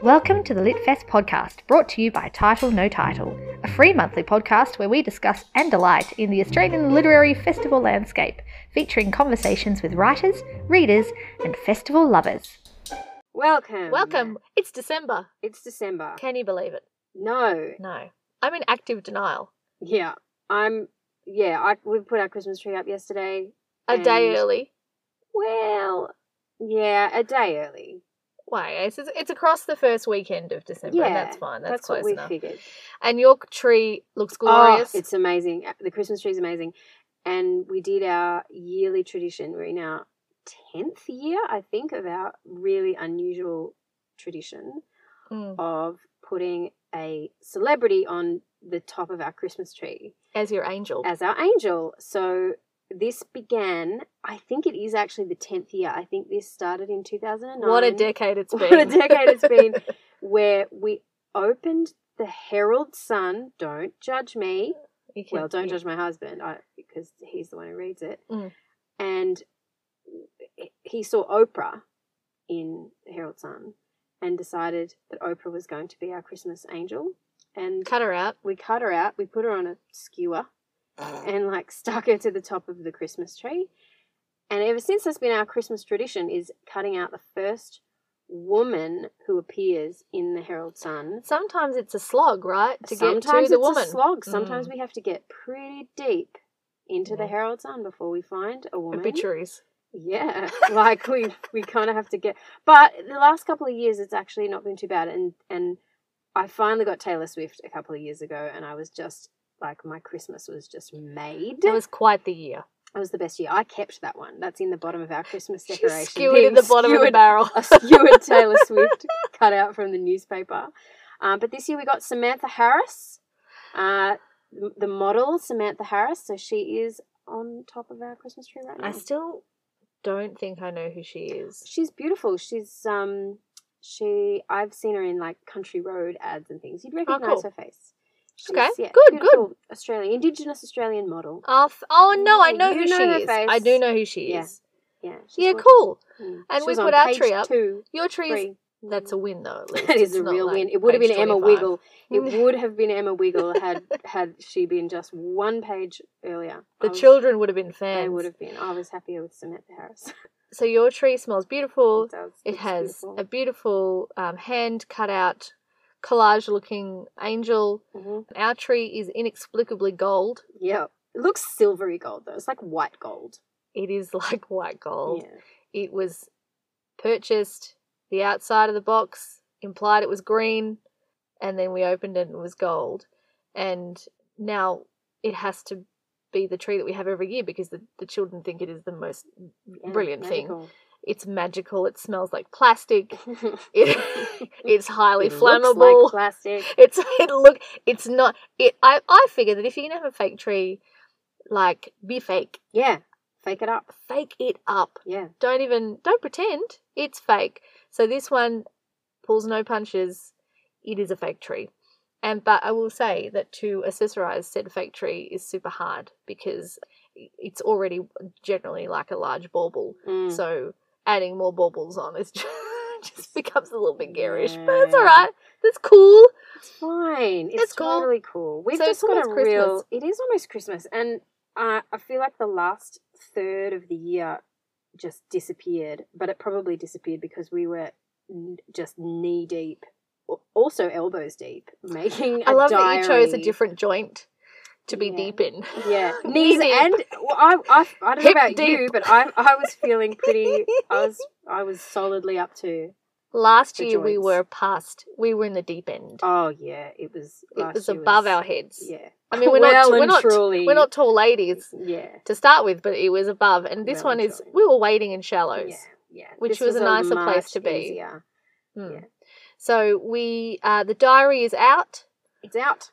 Welcome to the LitFest podcast, brought to you by Title No Title, a free monthly podcast where we discuss and delight in the Australian literary festival landscape, featuring conversations with writers, readers, and festival lovers. Welcome. Welcome. It's December. It's December. Can you believe it? No. No. I'm in active denial. Yeah. I'm. Yeah. I we put our Christmas tree up yesterday. A day And- early. Well. Yeah. A day early. Why? It's, it's it's across the first weekend of December. and Yeah, that's fine. That's, what close we enough. figured. And your tree looks Oh, glorious. it's amazing. Uh, The Christmas tree's amazing, and we did our yearly tradition. We're in our tenth year, I think, of our really unusual tradition Mm, of putting a celebrity on the top of our Christmas tree. as your angel. as our angel. So this began, I think it is actually the 10th year. I think this started in 2009. what a decade it's been. What a decade it's been where we opened the Herald Sun. Don't judge me. You can- Well, don't you- judge my husband I, because he's the one who reads it. Mm. And he saw Oprah in the Herald Sun and decided that Oprah was going to be our Christmas angel. And Cut her out. we cut her out, we put her on a skewer and like stuck her to the top of the Christmas tree. And ever since that's been our Christmas tradition is cutting out the first woman who appears in the Herald Sun. Sometimes it's a slog, right? To Sometimes get to it's the woman. a slog. Sometimes Mm. we have to get pretty deep into the Yeah. Herald Sun before we find a woman. Obituaries. Yeah, like we we kind of have to get. But the last couple of years, it's actually not been too bad. And and I finally got Taylor Swift a couple of years ago, and I was just like, my Christmas was just made. That was quite the year. That was the best year. I kept that one. That's in the bottom of our Christmas She's decoration. skewered in being the bottom of the skewered- barrel. a skewered Taylor Swift cut out from the newspaper. Um, but this year we got Samantha Harris, uh, the- the model Samantha Harris. So she is on top of our Christmas tree right now. I still don't think I know who she is. She's beautiful. She's um she I've seen her in like country road ads and things. You'd recognize Oh, cool. her face. She's, Okay. Good, good. beautiful Australian Indigenous Australian model. Oh, f- oh no, I Mm, know you who know she her is. face. I do know who she Yeah. is. Yeah. she's Yeah, gorgeous. cool. Mm. And we She was put on our page tree up. Two, Your tree's three. that's a win though. At least. That is It's a not real like win. It would have page been Emma 25. Wiggle. It would have been Emma Wiggle had had she been just one page earlier. I The was- children would have been They fans. would have been. I was happier with Samantha Harris. So your tree smells beautiful. it does. It It's has beautiful. a beautiful um, hand cut out collage looking angel. Mhm. Our tree is inexplicably gold. Yeah, it looks silvery gold though. It's like white gold. It is like white gold. Yeah. It was purchased. The outside of the box implied it was green, and then we opened it and it was gold. And now it has to be the tree that we have every year because the, the children think it is the most Yeah, brilliant thing. magical. It's magical. It smells like plastic. It, it's highly It looks like flammable. plastic. it's it look. It's not. It. I I figure that if you're gonna have a fake tree, like be fake, Yeah, fake it up. fake it up Yeah, don't even don't pretend it's fake so this one pulls no punches it is a fake tree and but i will say that to accessorize said fake tree is super hard because it's already generally like a large bauble Mm. so adding more baubles on is just, just becomes a little bit garish but it's all right that's cool it's fine. It's, It's cool. totally cool. We've So it's just got a almost Christmas. real. It is almost Christmas, and uh, I feel like the last third of the year just disappeared. But it probably disappeared because we were n- just knee deep, al- also elbows deep, making. I i love that you chose a different joint to be Yeah. deep in Yeah, Knee knees deep. and well, I, I, I don't know Hip about you, deep. but I, I was feeling pretty. I was, I was solidly up to. last The year we joints. were past we were in the deep end Oh yeah, it was. it last was year above our heads Yeah, I mean, we're Well not we're and not truly. we're not tall ladies yeah, to start with, but it was above, and this Well one and is truly. we were waiting in shallows. yeah, yeah. Which was a nicer place to much be. easier. Mm. Yeah. So we uh, the diary is out. It's out.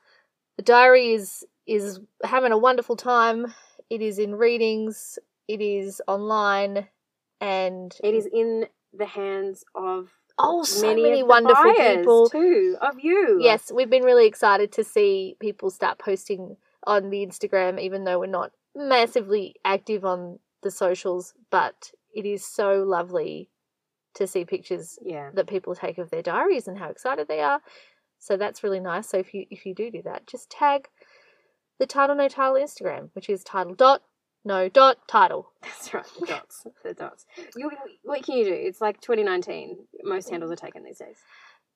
The diary is is having a wonderful time. It is in readings. It is online, and It is in the hands of oh so many, many, of the wonderful buyers people. too of you. Yes, we've been really excited to see people start posting on the Instagram, even though we're not massively active on the socials, but it is so lovely to see pictures Yeah. that people take of their diaries and how excited they are. So that's really nice. So if you if you do do that, just tag the title no title Instagram, which is title dot no dot title. That's right. The dots. the dots. You, what can you do? It's like 2019. Most handles are taken these days.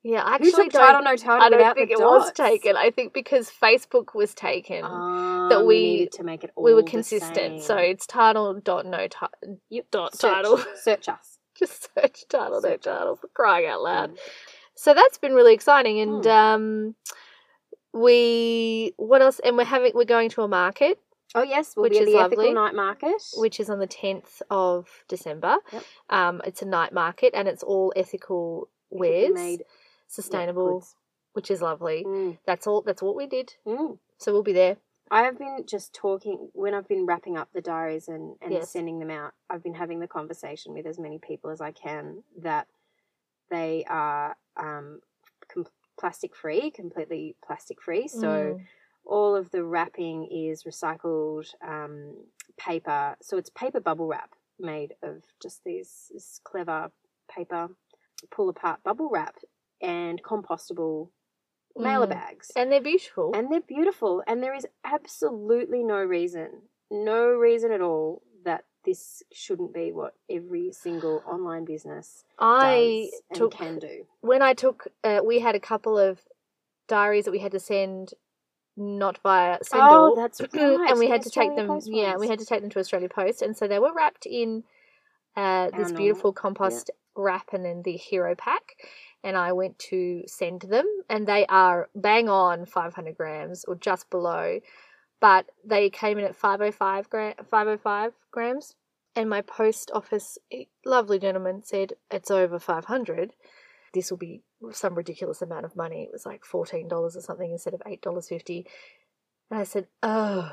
Yeah, I Who actually took don't, title no title I don't without think the it was dots? taken. I think because Facebook was taken, Um, that we- needed to make it all we were the consistent. So same. it's title dot no ti- Yep. dot Search- title. Search us. Just search title no Search. title for crying out loud. Mm. so that's been really exciting and Hmm. um we what else and we're having we're going to a market Oh yes, we'll Which be at is the ethical lovely. night market. which is on the 10th of december Yep. um it's a night market and it's all ethical wares made sustainable goods. which is lovely Mm. that's all that's what we did Mm. so we'll be there I have been just talking when I've been wrapping up the diaries and, and Yes. sending them out. I've been having the conversation with as many people as I can that they are um, com- plastic free, completely plastic free. So Mm. all of the wrapping is recycled um, paper. So it's paper bubble wrap made of just these this clever paper pull apart bubble wrap and compostable mailer Mm. bags. and they're beautiful And they're beautiful. And there is absolutely no reason, no reason at all that this shouldn't be what every single online business does i and took can do. when I took, uh, we had a couple of diaries that we had to send, not via Sendall. Oh, that's right. and we the had to take Australia them. Post yeah, we ones. had to take them to Australia Post, and so they were wrapped in uh, this normal- beautiful compost wrap and then the hero pack. And I went to send them, and they are bang on 500 grams or just below, but they came in at 505 gra- 505 grams. And my post office eh, lovely gentleman said it's over 500. This will be some ridiculous amount of money. It was like $14 or something instead of $8.50. And I said, oh.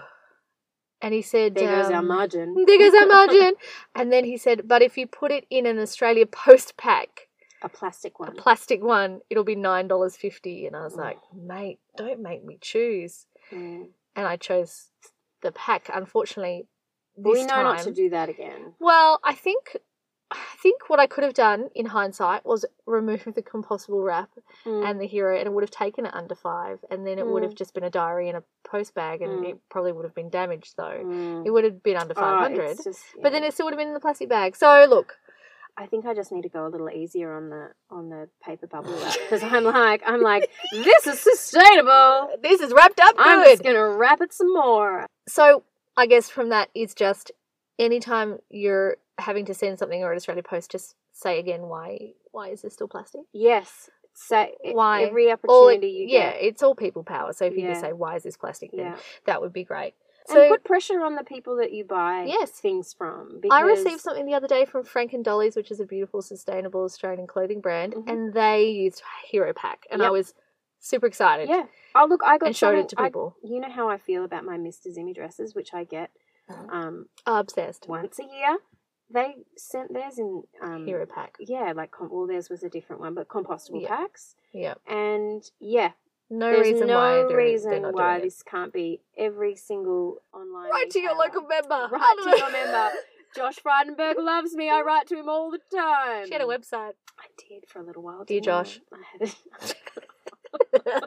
And he said, There goes our um, margin. There goes our margin. and then he said, but if you put it in an Australia Post pack, a plastic a one. plastic one, it'll be $9.50. And I was Oh. like, mate, don't make me choose. Mm. And I chose the pack. Unfortunately, this We know time, not to do that again. well, I think I think what I could have done in hindsight was remove the compostable wrap Mm. and the hero, and it would have taken it under five, and then it would have just been a diary and a post bag, and Mm. it probably would have been damaged though. Mm. It would have been under Oh, five hundred, it's just- but then yeah. it still would have been in the plastic bag. So look, I think I just need to go a little easier on the on the paper bubble wrap because I'm like I'm like this is sustainable. this is wrapped up I'm good. just gonna wrap it some more. So I guess from that is just anytime you're having to send something or an Australia Post, just say again why why is this still plastic? Yes. So Why? every Or opportunity you yeah, get. it's all people power. So if you Yeah. can say why is this plastic, then Yeah. that would be great. and So put pressure on the people that you buy Yes. things from. I because- received something the other day from Frank and Dolly's, which is a beautiful, sustainable Australian clothing brand, Mhm. and they used Hero Pack, and I Yep. was super excited Yeah. Oh look, I got and showed it to something- I- people. you know how I feel about my Mr. Zimmy dresses, which I get Uh-huh. um, Obsessed. once a year. They sent theirs in um, Hero Pack. yeah, like com- well, theirs was a different one, but compostable Yeah. packs. Yeah. And yeah, No there's reason no why. they're- reason they're not why doing it. this can't be every single online. Write to your retailer. local member. Write I to don't your know. member. Josh Frydenberg loves me. I write to him all the time. She had a website. I did for a little while. Dear didn't Josh. I, I had it.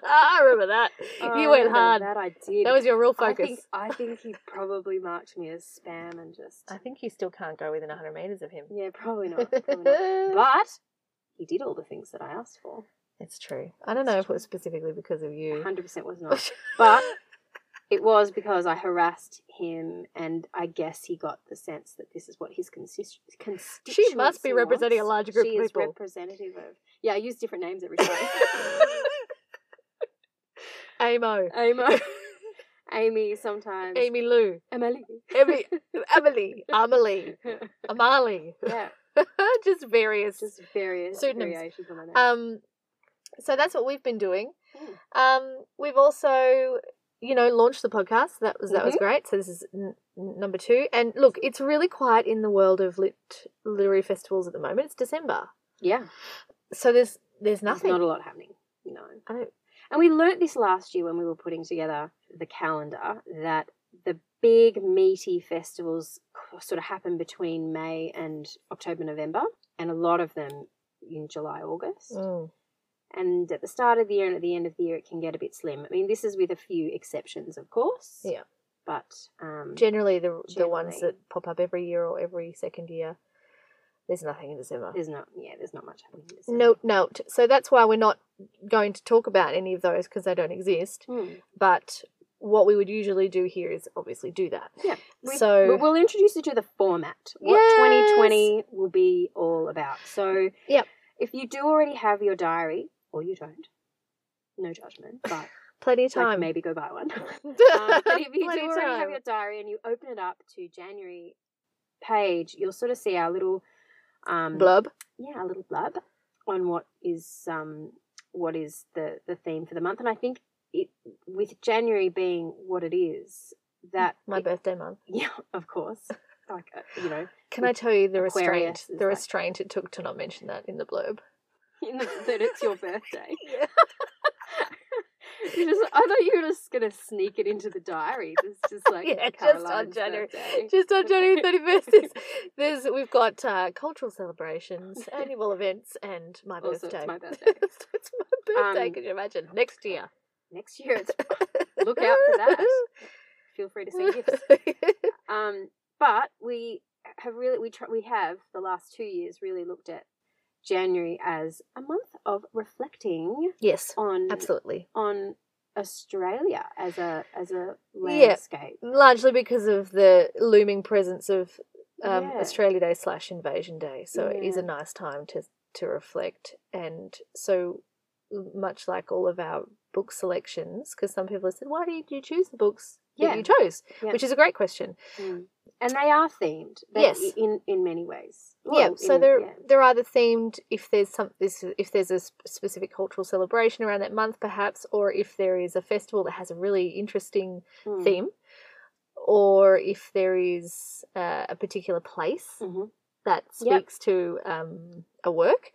I remember that. Oh, you I went remember hard. That, That I did. was your real I focus. think I think he probably marked me as spam and just you still can't go within 100 metres of him. yeah, probably not. Probably not. But he did all the things that I asked for. it's true. I don't know if it was specifically because of you. Hundred percent was not. But it was because I harassed him, and I guess he got the sense that this is what his consist- constituency She must be representing a wants. larger group She of is people. representative of. Yeah, I use different names every time. Amo. Amo, Amy, sometimes Amy Lou. Emily. Emily. Emily. Amalie. Amali. yeah, Just various. just various Pseudonyms. variations on my name. Um, so that's what we've been doing. Mm. Um, we've also, you know, launched the podcast. That was that was Mhm. great. So this is n- n- number two. And look, it's really quiet in the world of lit- literary festivals at the moment. It's December, yeah, so there's there's there's nothing. not a lot happening. No. I don't, And we learnt this last year when we were putting together the calendar that the big meaty festivals sort of happen between May and October, November. and a lot of them in July, August. Mm. And at the start of the year and at the end of the year, it can get a bit slim. I mean, this is with a few exceptions, of course. Yeah. But um, Generally, the the ones Generally. that pop up every year or every second year, there's nothing in December. there's not, yeah, there's not much happening. in December. Note, note. So that's why we're not going to talk about any of those because they don't exist. Mm. But what we would usually do here is obviously do that. Yeah. We- so We'll, we'll introduce you to the format. What Yes. 2020 will be all about. So, Yep. if you do already have your diary, or you don't, no judgment, but plenty of like, time. maybe go buy one. um, Plenty but if you do of already have time. your diary and you open it up to January page, you'll sort of see our little um, blub. yeah, a little blurb on what is um what is the the theme for the month, and I think it with January being what it is that My birthday month. yeah, of course, like uh, you know, Can I tell you the Aquarius restraint? is The like- restraint it took to not mention that in the blurb. in the, that it's your birthday. Yeah. You just, I thought you were just gonna sneak it into the diary. It's just like Yeah, just on Caroline's January. birthday. Just on January thirty first, there's we've got uh, cultural celebrations, annual events, and my Also, Oh, it's birthday. my birthday. So it's my birthday. Um, Could you imagine next year? Next year, it's, look out for that. Feel free to send gifts. Um, but we have really we tr- we have the last two years really looked at January as a month of reflecting yes, on absolutely. on Australia as a as a Yeah. landscape. Largely because of the looming presence of um, Yeah. Australia Day slash Invasion Day, so it is a Yeah. nice time to to reflect. And so much like all of our book selections, because some people have said, "Why did you choose the books Yeah. that you chose?" Yeah. Which is a great question. Mm. And they are themed. They- Yes. in in many ways. yeah, Well, so in- they're yeah. they're either themed if there's some this if there's a sp- specific cultural celebration around that month, perhaps, or if there is a festival that has a really interesting Mm. theme, or if there is uh, a particular place Mhm. that Yep. speaks to um, a work.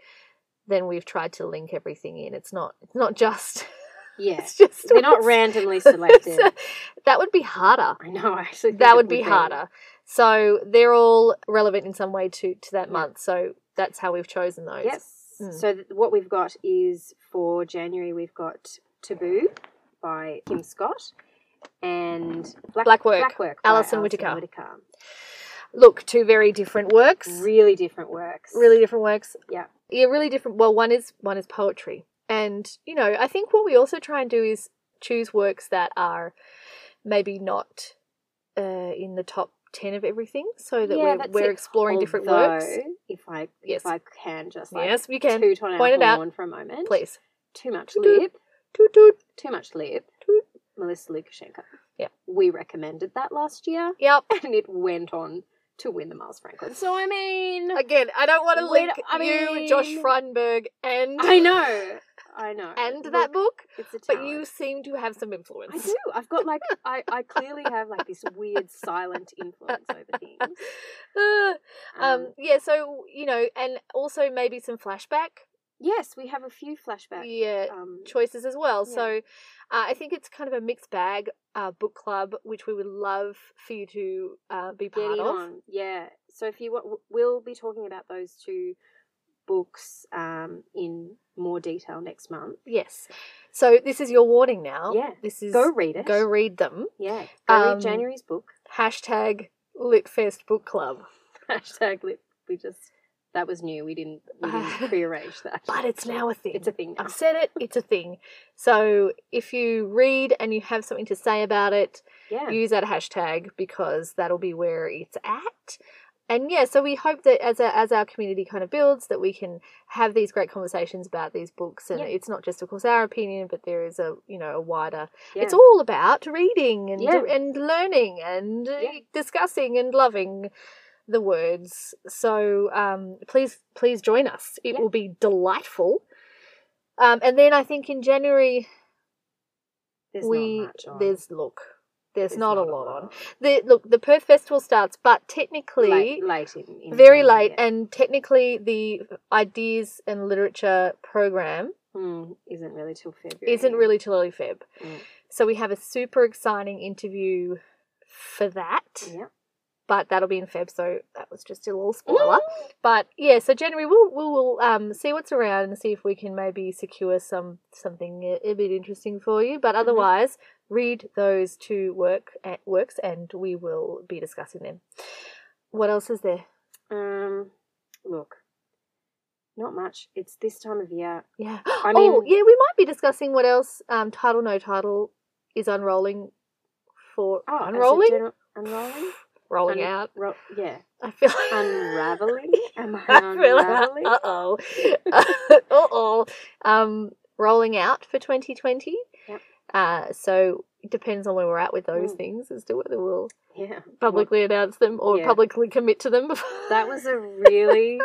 Then we've tried to link everything in. It's not it's not just Yeah. it's just They're not us. randomly selected. So that would be harder I know. I actually think that it would be harder. So they're all relevant in some way to to that Yeah. month. So that's how we've chosen those. Yes. Mm. So th- what we've got is for January we've got Taboo by Kim Scott and Black, Black Work, by Alison Alison Whittaker. Whittaker. Look, two very different works. Really different works. Really different works. Yeah. Yeah, really different. Well, one is one is poetry. And, you know, I think what we also try and do is choose works that are maybe not uh, in the top 10 of everything so that Yeah, we're, that's we're it. exploring different Although, works. If I Yes. if I can just like yes, we can. toot on our Point it out. horn for a moment. Please. Too much Toot toot. lib. Toot, toot. Too much lib. Toot. Melissa Lukashenko. Yeah. We recommended that last year Yep. and it went on to win the Miles Franklin. So I mean Again, I don't want to Wait, link I you, Josh mean- Frydenberg, and I know. I know. and Look, that book, It's a but talent. you seem to have some influence. I do. I've got like I, I clearly have like this weird silent influence over things. Uh, um, yeah, so you know, and also maybe some flashback, yes, we have a few flashback yeah, um, choices as well. yeah. So uh, I think it's kind of a mixed bag uh, book club, which we would love for you to uh, be get part in of. on. Yeah. So if you want, we'll be talking about those two books um, in more detail next month. Yes. So this is your warning now. Yeah. This is Go read it. go read them. yeah. Go Um, read January's book. Hashtag Litfest Book Club. Hashtag lip. We just that was new. We didn't we didn't prearrange that. But it's now a thing. It's a thing now. I've said it, it's a thing. So if you read and you have something to say about it, Yeah. use that hashtag because that'll be where it's at. And yeah, so we hope that as our, as our community kind of builds, that we can have these great conversations about these books, and Yeah. it's not just, of course, our opinion, but there is a you know a wider. yeah. It's all about reading and Yeah. and learning and uh, Yeah. discussing and loving the words. So um, please please join us. It Yeah. will be delightful. Um, and then I think in January there's we not much on. there's look there's, not, a lot, on. on. The look the Perth Festival starts, but technically Late, late in, in very January, late, yeah. and technically the ideas and literature program Mm, isn't really till February. isn't really till early Feb. Mm. So we have a super exciting interview for that. Yeah. But that'll be in Feb, so that was just a little spoiler. But yeah, so January we'll we'll, we'll um, see what's around and see if we can maybe secure some something a, a bit interesting for you. But Mm-hmm. otherwise, read those two work at works, and we will be discussing them. What else is there? Um, look, not much. It's this time of year. Yeah. I oh, mean- yeah, we might be discussing what else um, title no title is unrolling for Oh, as a unrolling general- unrolling, rolling un- out. Ro- yeah, I feel unraveling. Am I I feel Uh, unraveling? like, uh-oh. Uh-oh. Um, rolling out for 2020. Yep. Uh, so it depends on where we're at with those Mm. things as to whether we'll yeah, publicly announce them or Yeah. publicly commit to them. That was a really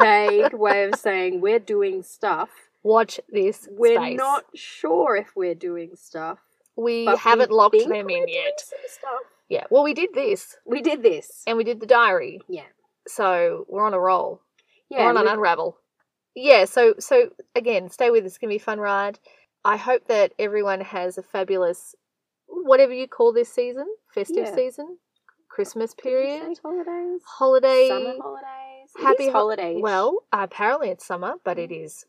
vague way of saying we're doing stuff. Watch this We're space. not sure if we're doing stuff. we but we haven't locked think them we're in doing yet. Eh, some stuff. Yeah. Well, we did this. We did this. and we did the diary. Yeah. So we're on a roll. Yeah, we're on an we- unravel. Yeah. So so again, stay with us. It's gonna be a fun ride. I hope that everyone has a fabulous, whatever you call this season, festive Yeah. season, Christmas did we say period, holidays, holiday. summer holidays, It Happy is hol- holidays. Well, apparently it's summer, but it is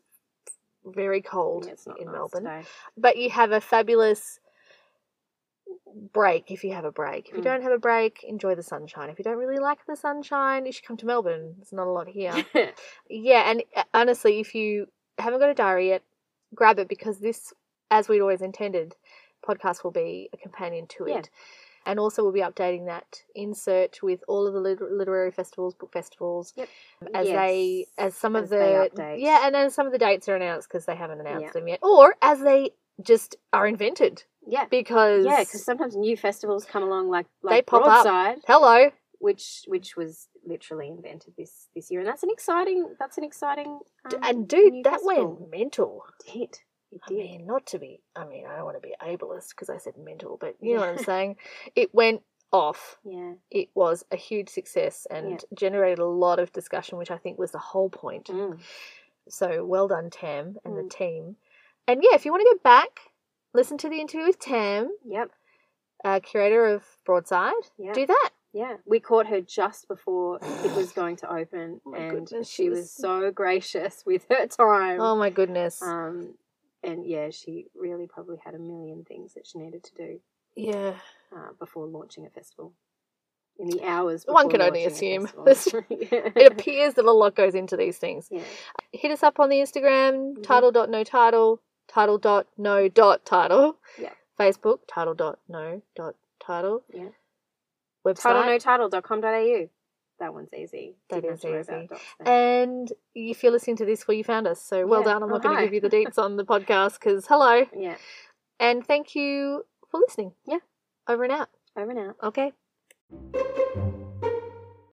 very cold Yeah, it's not in nice Melbourne. today. But you have a fabulous break if you have a break. If you Mm. don't have a break, enjoy the sunshine. If you don't really like the sunshine, you should come to Melbourne. There's not a lot here. Yeah, and uh, honestly, if you haven't got a diary yet, grab it because this, as we'd always intended, podcast will be a companion to Yeah. it. And also, we'll be updating that insert with all of the lit- literary festivals, book festivals, Yep. as they Yes, as some of as the they update. yeah, and as some of the dates are announced because they haven't announced Yeah. them yet, or as they just are invented yeah. because Yeah, because sometimes new festivals come along like, like They pop up. Broadside, hello, which which was literally invented this this year, and that's an exciting that's an exciting D- um, and dude, new that festival. went mental. It did it I did mean, not to be, I mean, I don't want to be ableist because I said mental, but you know what I'm saying? It went off. yeah It was a huge success and Yeah. generated a lot of discussion, which I think was the whole point. Mm. So well done, Tam and Mm. the team. And yeah, if you want to go back, listen to the interview with Tam, yep uh, curator of Broadside. yeah Do that. yeah we caught her just before it was going to open Oh my and goodness, she she was- was so gracious with her time Oh my goodness. um and yeah she really probably had a million things that she needed to do yeah. uh, before launching a festival in the hours One before could only launching a assume. festival. It yeah. appears that a lot goes into these things. yeah hit us up on the Instagram, Mhm. title dot no title, title dot no dot title. Yeah. Facebook, title dot no dot title. Yeah. Website. titlenotitle.com.au that one's easy That Didn't is have to worry easy. about dots there. and if you're listening to this, well, you found us. So well Yeah. done. I'm Oh, not going to hi. give you the deets on the podcast because hello. yeah And thank you for listening. Yeah. Over and out. over and out Okay.